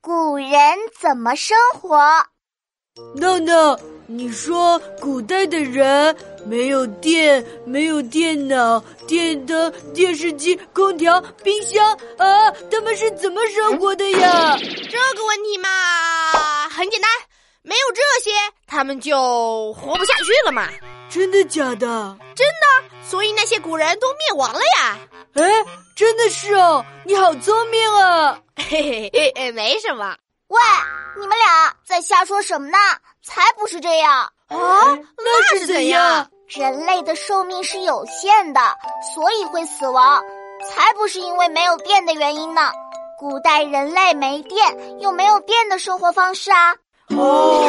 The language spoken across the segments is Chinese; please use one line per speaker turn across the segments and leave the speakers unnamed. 古人怎么生活？
闹闹，你说古代的人没有电，没有电脑、电灯、电视机、空调、冰箱啊，他们是怎么生活的呀？
这个问题嘛，很简单，没有这些，他们就活不下去了嘛。
真的假的？
真的，所以那些古人都灭亡了呀。
哎，真的是哦，你好聪明啊！
嘿嘿，嘿，没什么。
喂，你们俩在瞎说什么呢？才不是这样！
啊，
那
是
是
怎
怎
样
样？
人类的寿命是有限的，所以会死亡，才不是因为没有电的原因呢。古代人类没电，有没有电的生活方式啊？
哦，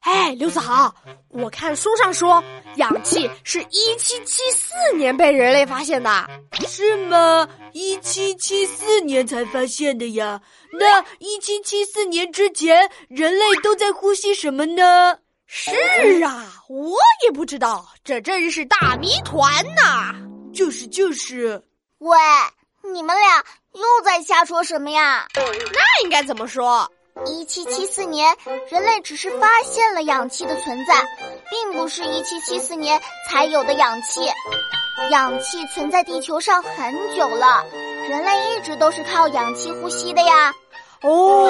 哎，刘子豪，我看书上说，氧气是一七七四年被人类发现的。
是吗？一七七四年才发现的呀。那一七七四年之前，人类都在呼吸什么呢？
是啊，我也不知道，这真是大谜团呐！
就是就是，
喂，你们俩又在瞎说什么呀？
那应该怎么说？
一七七四年，人类只是发现了氧气的存在，并不是一七七四年才有的氧气。氧气存在地球上很久了，人类一直都是靠氧气呼吸的呀。
哦，